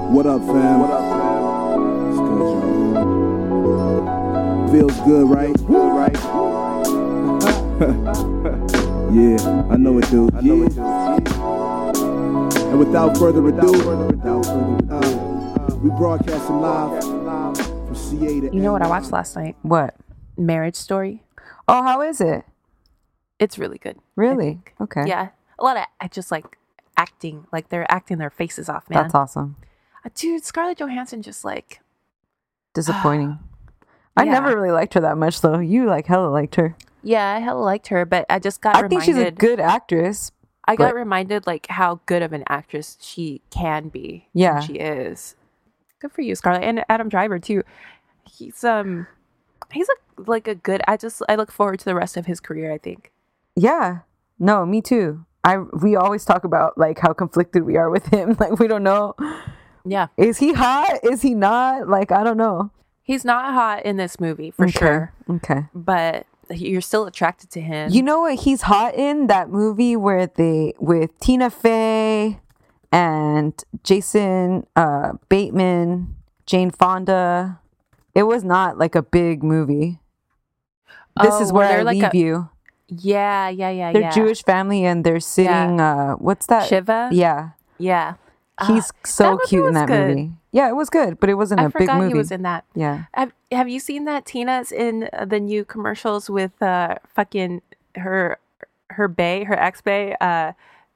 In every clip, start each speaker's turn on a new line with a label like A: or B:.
A: fam? What up, fam? It's good, y'all. Feels good, right? Good, right? yeah, I know it do. I know it do. And without further ado, uh, we broadcasting live from CA to
B: You know what I watched last night?
C: What?
B: Marriage Story.
C: Oh, how is it?
B: It's really good. I
C: Really?
B: think.
C: Okay.
B: Yeah. A lot of I just like acting. Like they're acting their faces off, man.
C: That's awesome.
B: Uh, Dude, Scarlett Johansson just like
C: Disappointing. I
B: Yeah.
C: never really liked her that much though. You like hella liked her.
B: yeah, I hella liked her, but I just got
C: I
B: reminded
C: think she's a good actress.
B: I got
C: but-
B: reminded like how good of an actress she can be. and
C: Yeah.
B: She is. Good for you, Scarlett. And Adam Driver too. He's um he's a like a good I just I look forward to the rest of his career, I think.
C: Yeah. No, me too. I we always talk about like how conflicted we are with him. Like we don't know.
B: Yeah.
C: Is he hot? Is he not? Like I don't know.
B: He's not hot in this movie for
C: Okay.
B: sure,
C: Okay.
B: but you're still attracted to him.
C: You know what he's hot in? That movie where they with Tina Fey and Jason uh, Bateman, Jane Fonda. It was not like a big movie. This
B: Oh,
C: is where I
B: they're like
C: leave
B: a-
C: you.
B: yeah, yeah, yeah,
C: They're
B: yeah.
C: Jewish family and they're sitting. Uh, what's that?
B: Shiva?
C: Yeah,
B: Yeah.
C: he's
B: that
C: so
B: movie
C: cute in
B: was
C: that
B: good.
C: movie. Yeah, it was good, but it wasn't a
B: I
C: big
B: forgot
C: movie.
B: he was in that.
C: yeah,
B: Have Have you seen that Tina's in uh, the new commercials with uh fucking her her bay her ex bay uh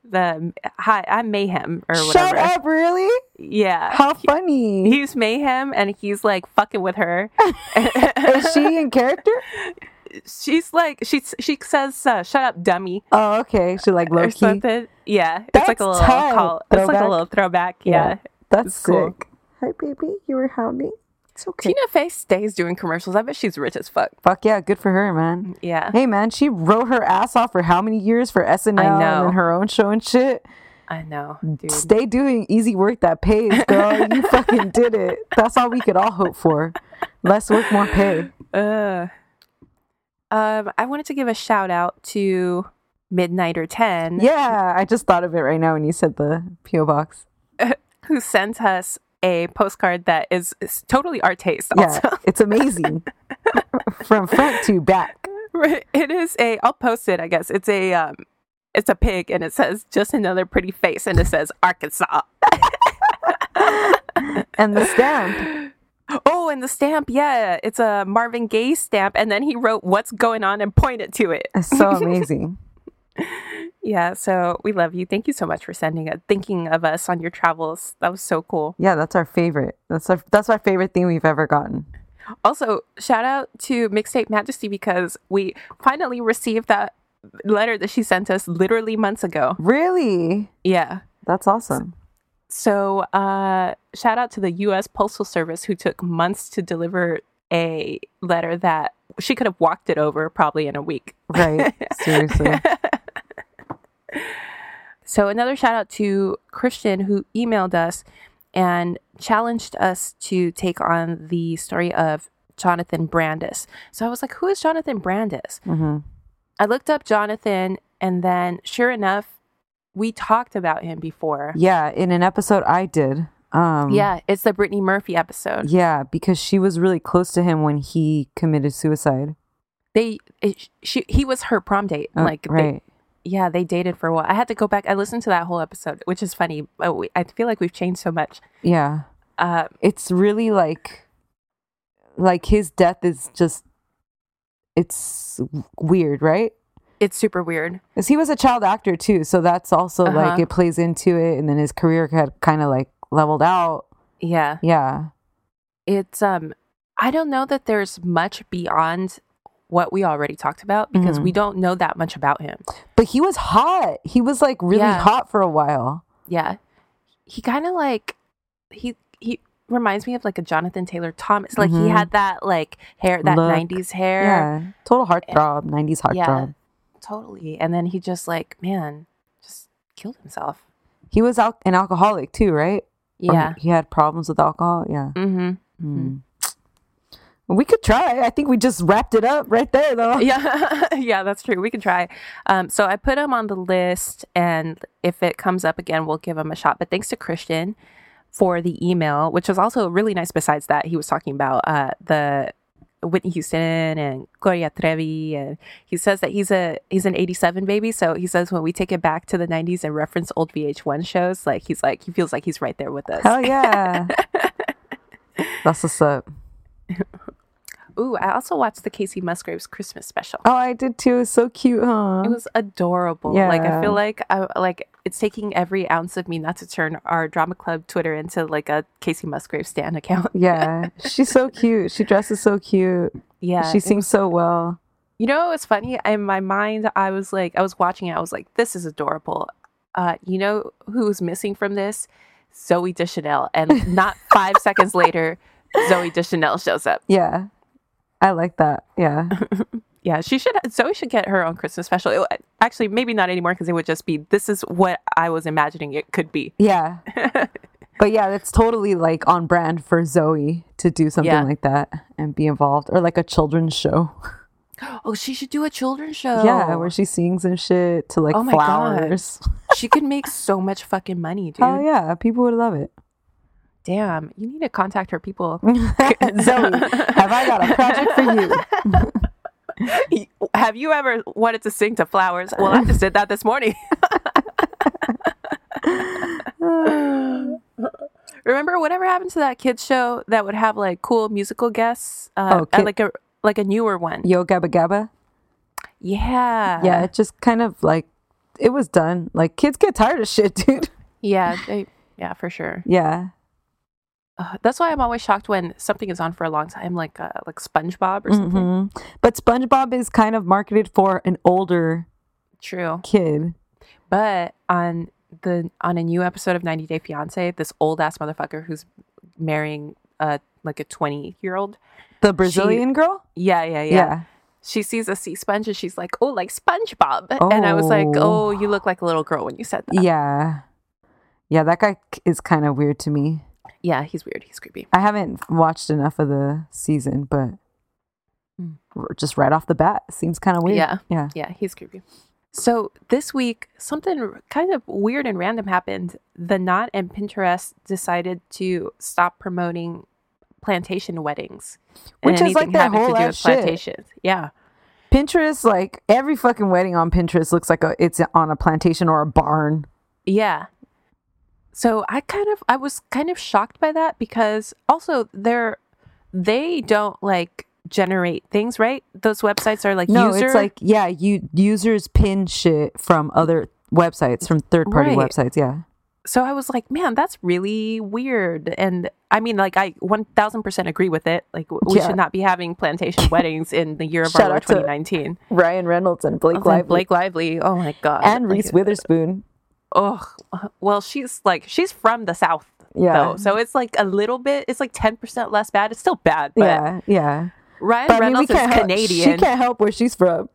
B: the hi I'm mayhem or
C: shut
B: whatever
C: up! Really?
B: yeah
C: How funny
B: he's mayhem and he's like fucking with her
C: is she in character?
B: she's like she's she says uh, shut up dummy
C: Oh, okay. She like low
B: or
C: key.
B: something yeah it's like
C: That's
B: a little
C: tight.
B: call it's like a
C: Throwback.
B: little throwback yeah,
C: That's
B: It's cool.
C: sick. Hi, baby. You were hounding. It's okay.
B: Tina Fey stays doing commercials I bet she's rich as fuck
C: Fuck yeah, good for her, man.
B: yeah
C: Hey, man, she wrote her ass off for how many years for SNL and
B: know.
C: then her own show and shit.
B: I know
C: Mm.
B: dude
C: Stay doing easy work that pays, girl. you fucking did it. That's all we could all hope for. Less work, more pay.
B: Uh, um, I wanted to give a shout out to Midnight or 10,
C: Yeah, I just thought of it right now when you said the P.O. box.
B: who sent us a postcard that is, is totally our taste.
C: Yeah,
B: Also.
C: it's amazing. From front to back.
B: Right, it is a, I'll post it, I guess. It's a, um, it's a pig and it says just another pretty face and it says Arkansas.
C: And the stamp.
B: Oh, and the stamp, yeah, it's a Marvin Gaye stamp. And then he wrote what's going on and pointed to it.
C: It's so amazing.
B: Yeah, so we love you. Thank you so much for sending it, thinking of us on your travels. That was so cool.
C: Yeah, that's our favorite. That's our that's my favorite thing we've ever gotten.
B: Also, shout out to Mixtape Majesty because we finally received that letter that she sent us literally months ago.
C: Really?
B: Yeah.
C: That's awesome.
B: So, uh, shout out to the US Postal Service who took months to deliver a letter that she could have walked it over probably in a week.
C: Right. Seriously.
B: So, another shout out to Christian who emailed us and challenged us to take on the story of Jonathan Brandis. So, I was like, who is Jonathan Brandis?
C: hmm
B: I looked up Jonathan, and then sure enough, we talked about him before.
C: Yeah, in an episode I did. Um,
B: Yeah, it's the Brittany Murphy episode.
C: Yeah, because she was really close to him when he committed suicide.
B: They, it, she, he was her prom date.
C: Uh,
B: like, they-
C: right.
B: yeah, they dated for a while. I had to go back. I listened to that whole episode, which is funny. But we, I feel like we've changed so much.
C: yeah.
B: Uh,
C: It's really like, like his death is just, it's weird, right?
B: it's super weird.
C: Because he was a child actor too. So that's also like,
B: Uh-huh.
C: it plays into it. And then his career had kind of like leveled out.
B: Yeah,
C: Yeah.
B: it's um, I don't know that there's much beyond what we already talked about because
C: Mhm.
B: we don't know that much about him.
C: But he was hot. He was like really
B: Yeah.
C: hot for a while.
B: Yeah. He kind of like he he reminds me of like a Jonathan Taylor Thomas. Like he
C: Mhm.
B: had that like hair, that
C: Look.
B: 90s hair.
C: Yeah. Total heartthrob, 90s heartthrob.
B: Totally. And then he just like, man, just killed himself.
C: He was al- an alcoholic too, right? Or
B: Yeah.
C: he had problems with alcohol. Yeah.
B: Mhm.
C: Mm. We could try. I think we just wrapped it up right there, though.
B: Yeah. yeah, that's true. We can try. Um so I put him on the list and if it comes up again, we'll give him a shot. But thanks to Christian for the email, which was also really nice. Besides that, he was talking about uh, the Whitney Houston and Gloria Trevi, and he says that he's a he's an '87 baby. So he says when we take it back to the '90s and reference old VH1 shows, like he's like he feels like he's right there with us.
C: Hell yeah. That's what's up.
B: Ooh, I also watched the Casey Musgraves Christmas special.
C: Oh, I did too. It was so cute, huh?
B: It was adorable. Like I
C: Yeah.
B: feel like I like it's taking every ounce of me not to turn our drama club Twitter into like a Casey Musgrave stan account.
C: yeah. She's so cute. She dresses so cute.
B: Yeah.
C: she sings so well.
B: You know, it's funny. In my mind, I was like, I was watching it. I was like, this is adorable. Uh, you know who's missing from this? Zoe Deschanel. And not five seconds later, Zoe Deschanel shows up.
C: Yeah. I like that. Yeah.
B: Yeah, she should. Zoe should get her own Christmas special. It, actually, maybe not anymore because it would just be this is what I was imagining it could be.
C: Yeah. but yeah, that's totally like on brand for Zoe to do something
B: Yeah.
C: like that and be involved or like a children's show.
B: Oh, she should do a children's show.
C: Yeah, where she sings and shit to like
B: Oh my God.
C: flowers.
B: she could make so much fucking money, dude.
C: Oh yeah, people would love it.
B: Damn, you need to contact her people.
C: Zoe, have I got a project for you?
B: Have you ever wanted to sing to flowers? Well, I just did that this morning. Remember, whatever happened to that kids show that would have like cool musical guests, uh,
C: Oh,
B: uh,
C: kid-
B: like a like a newer one?
C: Yo Gabba Gabba.
B: Yeah,
C: Yeah, it just kind of like it was done. Like kids get tired of shit, dude.
B: yeah, they, yeah, for sure.
C: Yeah.
B: Uh, that's why I'm always shocked when something is on for a long time, like uh, like SpongeBob or something.
C: hmm But SpongeBob is kind of marketed for an older
B: True,
C: kid.
B: but on the on a new episode of 90 Day Fiance, this old ass motherfucker who's marrying uh like a 20 year old.
C: The Brazilian girl?
B: Yeah, yeah, yeah. She sees a sea sponge and she's like, "Oh, like SpongeBob." And I was like, "Oh,
C: Oh.
B: you look like a little girl when you said
C: Yeah.
B: that."
C: Yeah. Yeah, that guy k- is kind of weird to me.
B: Yeah, he's weird. He's creepy.
C: I haven't watched enough of the season, but
B: Hmm.
C: r- just right off the bat, it seems kind of weird.
B: Yeah.
C: Yeah.
B: Yeah, he's creepy. So this week, something r- kind of weird and random happened. The Knot and Pinterest decided to stop promoting plantation weddings, and
C: Which is like
B: anything
C: that
B: having
C: whole
B: to do with
C: ass shit.
B: plantations. Yeah,
C: Pinterest, like every fucking wedding on Pinterest looks like a, it's on a plantation or a barn.
B: Yeah. So I kind of I was kind of shocked by that because also they're they don't like generate things, right? Those websites are like
C: No,
B: user
C: it's like, yeah, you users pin shit from other websites, from third party
B: Right.
C: websites. Yeah.
B: so I was like, man, that's really weird. And I mean like I 1000% agree with it. Like w- we
C: Yeah.
B: should not be having plantation weddings in the year of
C: Shout
B: our Lord
C: out to
B: 2019.
C: Ryan Reynolds and Blake
B: Blake Lively. Oh, Blake Lively. Oh my god.
C: and
B: Like,
C: Reese Witherspoon.
B: Oh, well, she's like she's from the south.
C: Yeah.
B: Though. So it's like a little bit, it's like 10% less bad. It's still bad, but
C: yeah, yeah.
B: Ryan
C: But I mean, we can't
B: Reynolds is
C: help,
B: Canadian.
C: She can't help where she's from.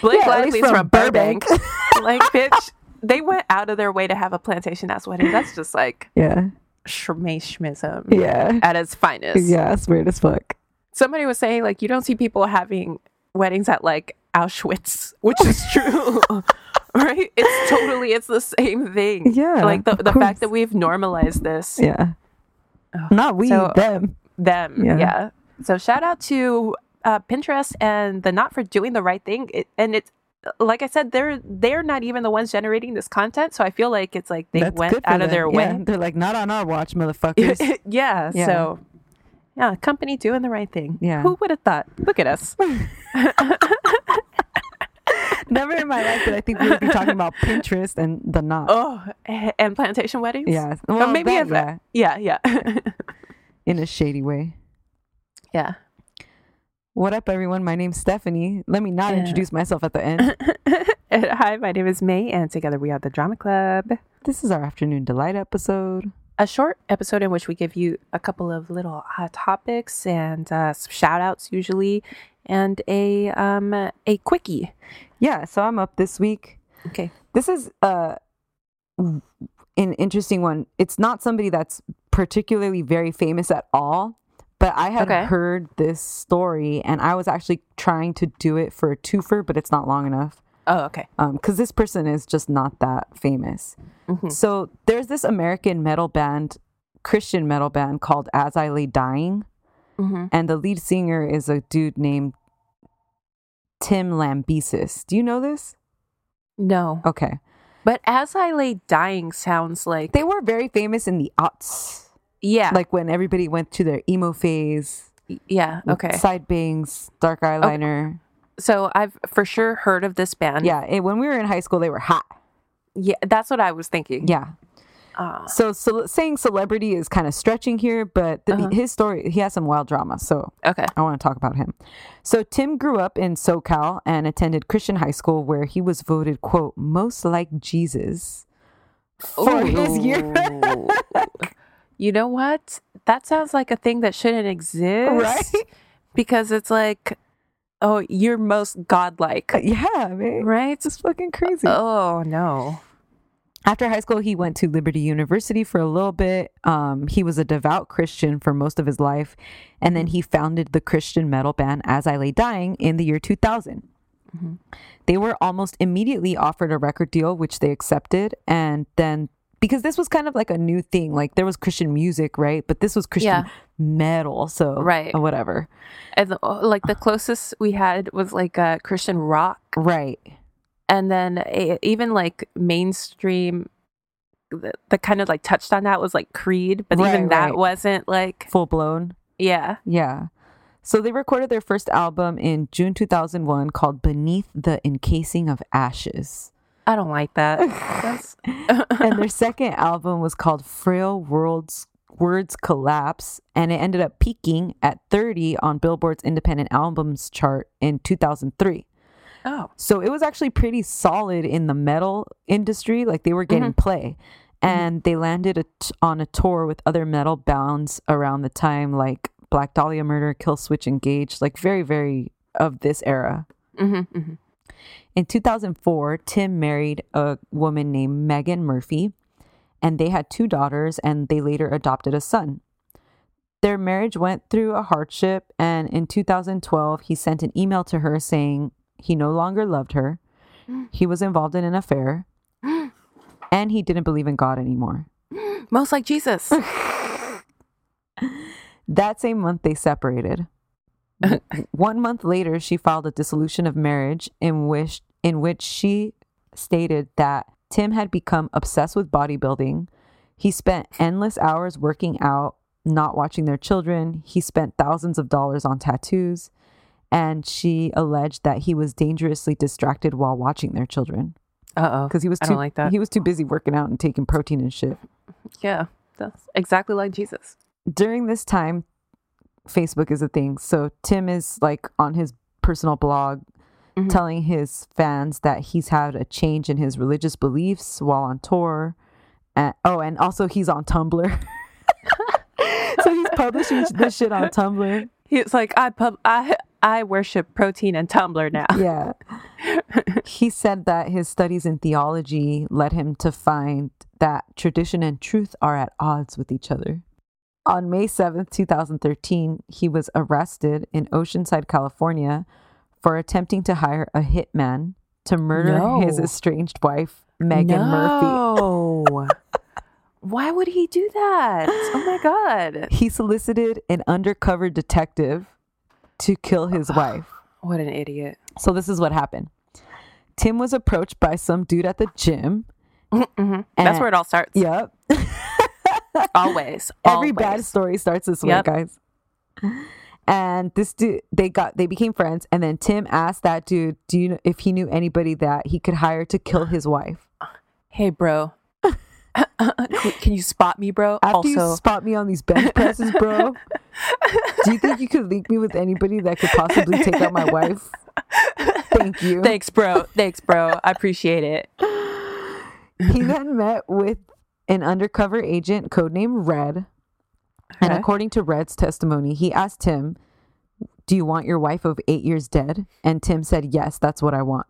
B: Blake
C: yeah, at
B: Lively's
C: least
B: from,
C: from
B: Burbank.
C: Burbank.
B: like, bitch, they went out of their way to have a plantation ass wedding. That's just like
C: Yeah,
B: shmishmism
C: yeah,
B: at its finest.
C: yeah. It's weird as fuck.
B: Somebody was saying like you don't see people having weddings at like Auschwitz, which is true. right? It's totally it's the same thing.
C: Yeah,
B: Like the,
C: of
B: the
C: course.
B: fact that we've normalized this
C: Yeah, not we
B: Oh. so-
C: them.
B: them. Yeah.
C: Yeah.
B: So shout out to uh, Pinterest and the Not for doing the right thing. It, and it's like I said, they're they're not even the ones generating this content. So I feel like it's like they
C: That's
B: went
C: good for
B: out of
C: them.
B: their
C: Yeah,
B: way.
C: They're like not on our watch, motherfuckers.
B: yeah,
C: Yeah.
B: So yeah, company doing the right thing.
C: Yeah.
B: Who would have thought? Look at us.
C: Never in my life did I think we would be talking about Pinterest and the not.
B: oh, a- and plantation weddings.
C: Yeah,
B: Or
C: well,
B: maybe
C: that,
B: if- yeah, yeah, yeah.
C: in a shady way. What up, everyone? My name's Stephanie. Let me not
B: Yeah.
C: introduce myself at the end.
B: And hi, my name is May, and together we are the Drama Club.
C: this is our afternoon delight episode.
B: a short episode in which we give you a couple of little hot topics and uh, some shout outs usually and a um a quickie
C: Yeah, so I'm up this week.
B: okay
C: This is uh, an interesting one. It's not somebody that's particularly very famous at all, but I had
B: Okay.
C: heard this story and I was actually trying to do it for a twofer, but it's not long enough
B: oh okay
C: because this person is just not that famous. So there's this American metal band Christian metal band called As I Lay Dying.
B: hmm
C: And the lead singer is a dude named Tim Lambesis. Do you know this?
B: No.
C: Okay.
B: But as I lay dying sounds like
C: They were very famous in the aughts,
B: yeah,
C: like when everybody went to their emo phase.
B: yeah.
C: with
B: Okay. Mm-hmm.
C: Side bangs, dark eyeliner.
B: So I've for sure heard of this band.
C: Yeah. it- when we were in high school, they were hot.
B: Yeah. That's what I was thinking.
C: Yeah.
B: Ah.
C: So, so saying celebrity is kind of stretching here, but
B: Uh-huh.
C: the, his story, he has some wild drama. So
B: Okay.
C: I want to talk about him. So Tim grew up in SoCal and attended Christian high school where he was voted, quote, most like Jesus for his year.
B: Ooh. you know what? That sounds like a thing that shouldn't exist.
C: Right?
B: Because it's like, oh, you're most godlike.
C: yeah, man.
B: Right?
C: It's fucking crazy.
B: Oh, no.
C: After high school, he went to Liberty University for a little bit. Um, he was a devout Christian for most of his life. And then he founded the Christian metal band As I Lay Dying in the year 2000.
B: Mm-hmm.
C: They were almost immediately offered a record deal, which they accepted. And then, because this was kind of like a new thing, like there was Christian music, right? But this was Christian
B: Yeah.
C: metal. So,
B: Right.
C: whatever.
B: And the- oh, like the closest we had was like uh, Christian rock.
C: Right.
B: And then a, even like mainstream, the, the kind of like touched on that was like Creed, but
C: Right,
B: even that
C: right.
B: wasn't like,
C: Full blown.
B: yeah.
C: Yeah. So they recorded their first album in June 2001 called Beneath the Encasing of Ashes.
B: I don't like that. That's,
C: And their second album was called Frail Worlds Words Collapse and it ended up peaking at 30 on Billboard's independent albums chart in 2003.
B: oh,
C: So it was actually pretty solid in the metal industry. Like they were getting play. And they landed a t- on a tour with other metal bands around the time, like Black Dahlia Murder, Kill Switch Engage, like very, very of this era.
B: hmm hmm
C: In 2004, Tim married a woman named Megan Murphy, and they had two daughters, and they later adopted a son. Their marriage went through a hardship, and in 2012, he sent an email to her saying he no longer loved her, he was involved in an affair, and he didn't believe in God anymore.
B: most like Jesus.
C: That same month, they separated. One month later, she filed a dissolution of marriage in which in which she stated that Tim had become obsessed with bodybuilding. He spent endless hours working out, not watching their children. He spent thousands of dollars on tattoos, and she alleged that he was dangerously distracted while watching their children
B: Uh oh.
C: because he was
B: I
C: too
B: don't like that.
C: he was too busy working out and taking protein and shit.
B: yeah, that's exactly like Jesus.
C: during this time, Facebook is a thing. So Tim is like on his personal blog telling his fans that he's had a change in his religious beliefs while on tour. And, oh, and also he's on Tumblr. so he's publishing this shit on Tumblr.
B: He's like, I pub, I, I worship protein and Tumblr now.
C: Yeah. he said that his studies in theology led him to find that tradition and truth are at odds with each other. On May 7th, 2013, he was arrested in Oceanside, California for attempting to hire a hitman to murder
B: No.
C: his estranged wife, Megan Murphy.
B: No. Why would he do that? Oh my god!
C: He solicited an undercover detective to kill his wife.
B: What an idiot.
C: So this is what happened. Tim was approached by some dude at the gym.
B: That's
C: Mm-hmm. And-
B: where it all starts.
C: Yep.
B: Always.
C: Every
B: always.
C: bad story starts this way,
B: Yep.
C: guys. And this dude, they got, they became friends, and then Tim asked that dude, "Do you know if he knew anybody that he could hire to kill his wife?"
B: Hey, bro. Can can you spot me, bro?
C: After you
B: also,
C: spot me on these bench presses, bro, do you think you could link me with anybody that could possibly take out my wife? Thank you.
B: thanks, bro. Thanks, bro. I appreciate it.
C: he then met with an undercover agent codenamed Red. And
B: Okay.
C: according to Red's testimony, he asked Tim, Do you want your wife of eight years dead? And Tim said, Yes, that's what I want.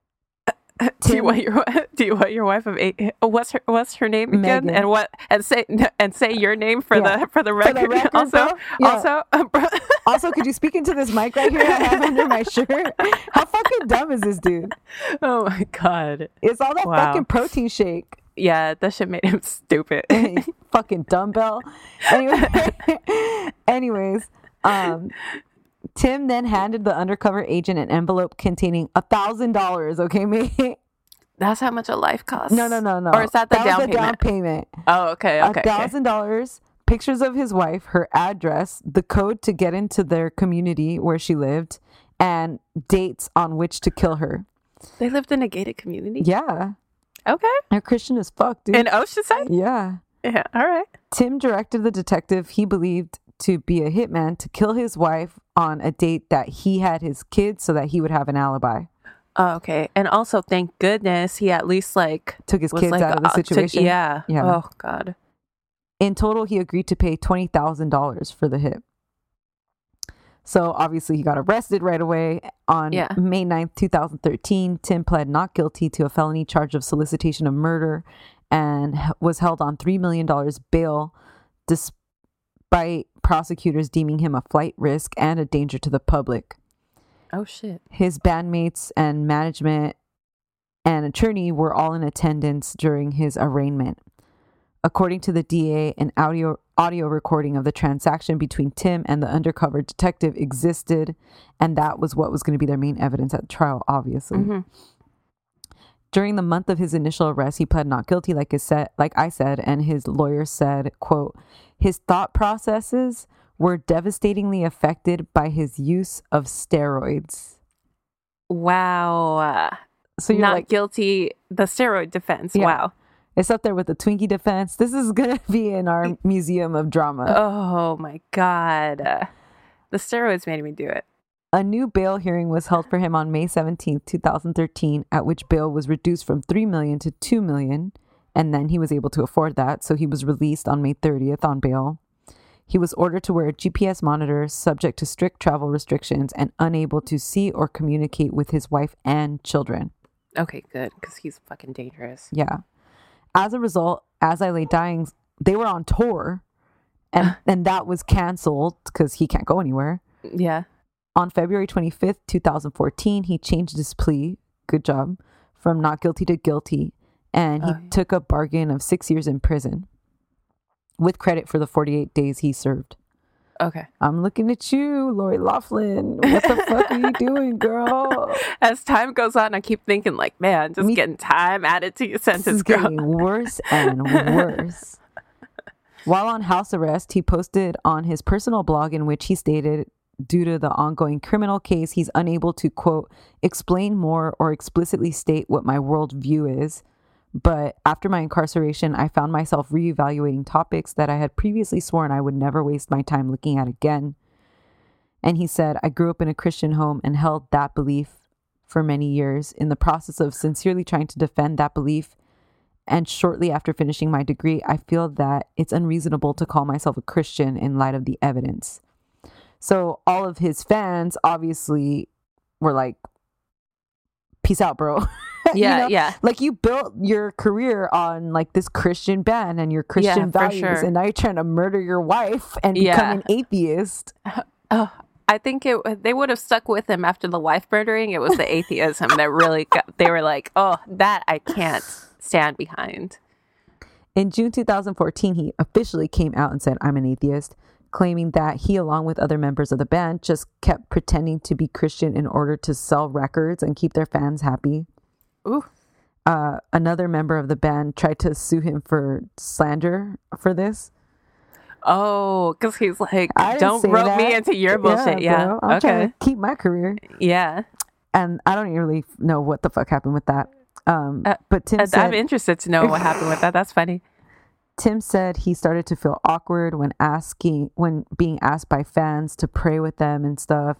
B: Do you
C: Tim-
B: want your wi- Do you want your wife of eight? oh, What's her What's her name again?
C: Megan.
B: And what? And say and say your name for
C: Yeah.
B: the for the
C: For
B: record.
C: the record,
B: also,
C: bro. Yeah.
B: also, um, bro-
C: Also, could you speak into this mic right here I have under my shirt? How fucking dumb is this dude?
B: oh my god!
C: It's all that
B: Wow.
C: fucking protein shake.
B: yeah, that shit made him stupid.
C: Mm-hmm. fucking dumbbell. Anyway, anyways, um, Tim then handed the undercover agent an envelope containing a thousand dollars. Okay, me.
B: That's how much a life costs.
C: No, no, no, no.
B: Or is that the
C: that
B: down
C: was the down
B: payment?
C: payment?
B: oh, okay, okay.
C: A thousand dollars. Pictures of his wife, her address, the code to get into their community where she lived, and dates on which to kill her.
B: okay. They lived in a gated community.
C: Yeah,
B: Okay.
C: they're Christian as fuck, dude.
B: In Oceanside?
C: yeah.
B: Yeah. All right.
C: Tim directed the detective he believed to be a hitman to kill his wife on a date that he had his kids so that he would have an alibi.
B: Oh, okay. And also, thank goodness he at least like
C: Took his
B: was
C: kids
B: like
C: out of the
B: uh, took-
C: situation.
B: yeah.
C: Yeah.
B: Oh God.
C: In total, he agreed to pay $20,000 for the hit. So obviously, he got arrested right away. On
B: Yeah.
C: May 9th, 2013, Tim pled not guilty to a felony charge of solicitation of murder and h- was held on $3 million bail despite prosecutors deeming him a flight risk and a danger to the public.
B: Oh shit.
C: his bandmates and management and attorney were all in attendance during his arraignment. According to the DA, an audio audio recording of the transaction between Tim and the undercover detective existed, and that was what was going to be their main evidence at trial, obviously.
B: Mhm.
C: During the month of his initial arrest, he pled not guilty, like, is said, like I said, and his lawyer said, quote, his thought processes were devastatingly affected by his use of steroids.
B: Wow.
C: So you're
B: Not
C: like,
B: guilty. The steroid defense.
C: Yeah.
B: Wow.
C: It's up there with the Twinkie defense. This is gonna be in our museum of drama.
B: Oh my God. Uh, The steroids made me do it.
C: A new bail hearing was held for him on May 17th, 2013, at which bail was reduced from 3 million to 2 million, and then he was able to afford that, so he was released on May 30th on bail. He was ordered to wear a GPS monitor, subject to strict travel restrictions, and unable to see or communicate with his wife and children.
B: Okay, good. Because he's fucking dangerous.
C: Yeah. As a result, As I Lay Dying, they were on tour and, and that was canceled because he can't go anywhere.
B: Yeah.
C: On February 25th, 2014, he changed his plea. Good job. From not guilty to guilty. And he
B: Oh, yeah.
C: took a bargain of six years in prison with credit for the 48 days he served.
B: Okay.
C: I'm looking at you, Lori Laughlin. What the fuck are you doing, girl?
B: As time goes on, I keep thinking like, man, just
C: Me-
B: getting time added to your
C: This is
B: sentence, girl.
C: getting worse and worse. While on house arrest, he posted on his personal blog in which he stated, due to the ongoing criminal case, he's unable to, quote, explain more or explicitly state what my worldview is. But after my incarceration, I found myself reevaluating topics that I had previously sworn I would never waste my time looking at again. And he said, I grew up in a Christian home and held that belief for many years. In the process of sincerely trying to defend that belief, and shortly after finishing my degree, I feel that it's unreasonable to call myself a Christian in light of the evidence. So all of his fans obviously were like, peace out, bro. You
B: Yeah,
C: know?
B: yeah.
C: Like you built your career on like this Christian band and your Christian
B: for
C: values,
B: sure.
C: and now you're trying to murder your wife and
B: Yeah.
C: become an atheist.
B: Oh, I think it. They would have stuck with him after the wife murdering. It was the atheism that really. Got, they were like, "Oh, that I can't stand behind."
C: In June 2014, he officially came out and said, I'm an atheist, claiming that he, along with other members of the band, just kept pretending to be Christian in order to sell records and keep their fans happy.
B: Ooh.
C: Uh, another member of the band tried to sue him for slander for this.
B: Oh, because he's like,
C: I didn't
B: "Don't
C: say
B: rope me
C: that.
B: into your bullshit." Yeah.
C: bro, I'm trying
B: okay.
C: to keep my career.
B: Yeah.
C: And I don't even really know what the fuck happened with that. Um,
B: Uh,
C: but Tim
B: I-
C: said,
B: I'm interested to know what happened with that. That's funny.
C: Tim said he started to feel awkward when asking when being asked by fans to pray with them and stuff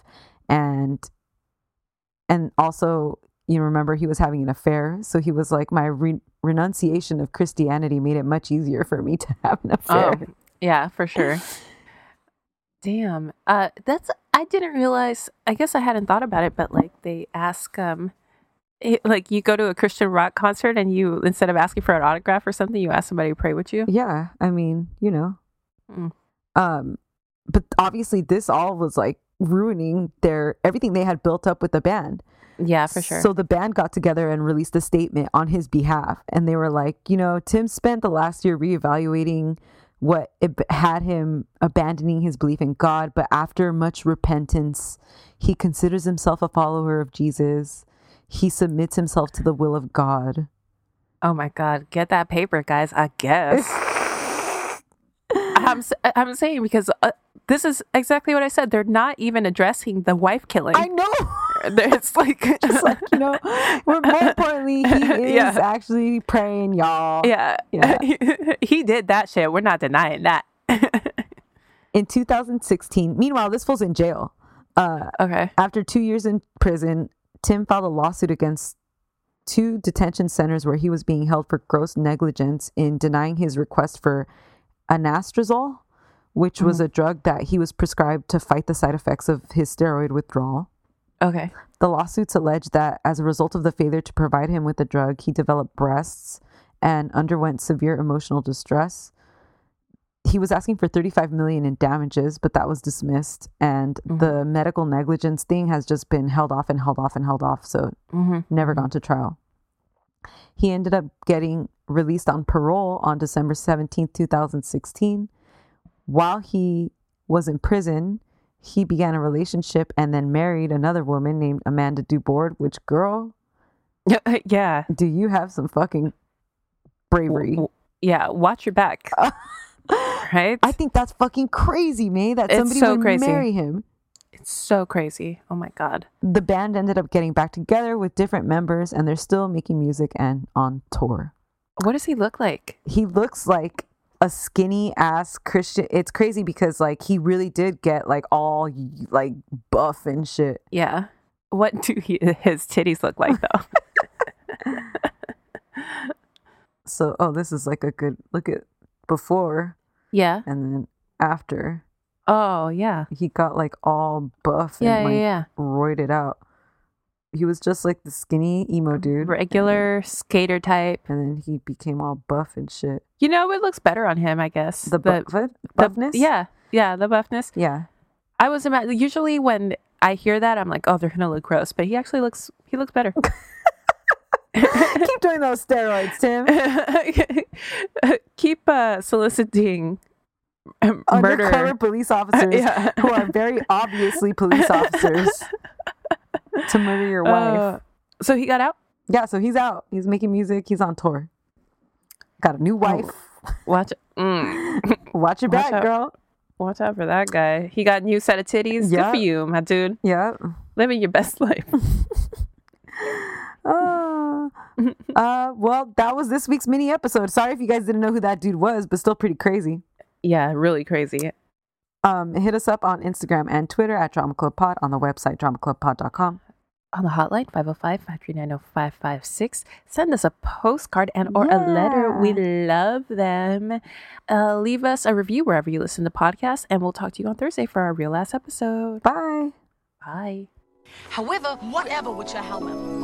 C: and and also you remember he was having an affair so he was like my re- renunciation of Christianity made it much easier for me to have an affair.
B: Oh, yeah, for sure. Damn. Uh, that's I didn't realize. I guess I hadn't thought about it, but like they ask um. It, like you go to a Christian rock concert and you instead of asking for an autograph or something, you ask somebody to pray with you.
C: Yeah, I mean, you know.
B: Mm.
C: Um but obviously this all was like ruining their everything they had built up with the band.
B: Yeah, for sure.
C: So the band got together and released a statement on his behalf. And they were like, you know, Tim spent the last year reevaluating what it had him abandoning his belief in God. But after much repentance, he considers himself a follower of Jesus. He submits himself to the will of God.
B: oh my god, get that paper, guys. I guess. I'm s- I'm saying because uh, this is exactly what I said. They're not even addressing the wife killing.
C: I know.
B: It's like,
C: It's like, you know, well, more importantly, he is
B: Yeah.
C: actually praying, y'all.
B: yeah,
C: Yeah.
B: he did that shit. We're not denying that.
C: In 2016, meanwhile, this fool's in jail. Uh,
B: Okay.
C: after two years in prison, Tim filed a lawsuit against two detention centers where he was being held for gross negligence in denying his request for anastrozole, which was a drug that he was prescribed to fight the side effects of his steroid withdrawal.
B: Okay.
C: The lawsuits allege that as a result of the failure to provide him with the drug, he developed breasts and underwent severe emotional distress. He was asking for 35 million in damages, but that was dismissed and the medical negligence thing has just been held off and held off and held off, so
B: Mhm.
C: never gone to trial. He ended up getting released on parole on December 17, 2016. While he was in prison, he began a relationship and then married another woman named Amanda Dubord, which, girl,
B: yeah.
C: do you have some fucking bravery?
B: W- Yeah. Watch your back. right.
C: I think that's fucking crazy, May, that
B: It's
C: somebody
B: so
C: would
B: crazy.
C: marry him.
B: it's so crazy. Oh my god.
C: The band ended up getting back together with different members and they're still making music and on tour.
B: What does he look like?
C: he looks like a skinny ass Christian. It's crazy because like he really did get like all like buff and shit.
B: Yeah. What do he, his titties look like though?
C: So oh, this is like a good look at before
B: yeah.
C: and then after
B: Oh yeah.
C: he got like all buff
B: Yeah.
C: and like
B: yeah. Yeah.
C: roided out. He was just like the skinny emo dude,
B: Regular skater type.
C: and then he became all buff and shit.
B: You know, it looks better on him, I guess.
C: The, buff
B: the-
C: buffness,
B: yeah. Yeah. The buffness.
C: yeah.
B: I was imagine usually when I hear that I'm like, oh, they're gonna look gross, but he actually looks he looks better.
C: Keep doing those steroids, Tim.
B: Keep uh, soliciting um, murder.
C: undercover police officers
B: Yeah.
C: who are very obviously police officers to murder your wife.
B: Uh, so he got out.
C: yeah, so he's out. He's making music. He's on tour. Got a new wife.
B: Watch mm,
C: Watch your
B: Oh. Watch
C: back,
B: out.
C: girl.
B: watch out for that guy. He got a new set of titties.
C: Yeah.
B: Good for you, my dude.
C: Yeah.
B: Living your best life.
C: Uh, uh, well, that was this week's mini episode. Sorry if you guys didn't know who that dude was, but still pretty crazy.
B: yeah, really crazy.
C: Um, hit us up on Instagram and Twitter at Drama Club Pod on the website dramaclubpod.com.
B: On the hotline 505-539-0556. Send us a postcard and or a letter. We love them. Uh, leave us a review wherever you listen to podcasts, and we'll talk to you on Thursday for our real ass episode.
C: Bye.
B: Bye.
D: However, whatever with your however.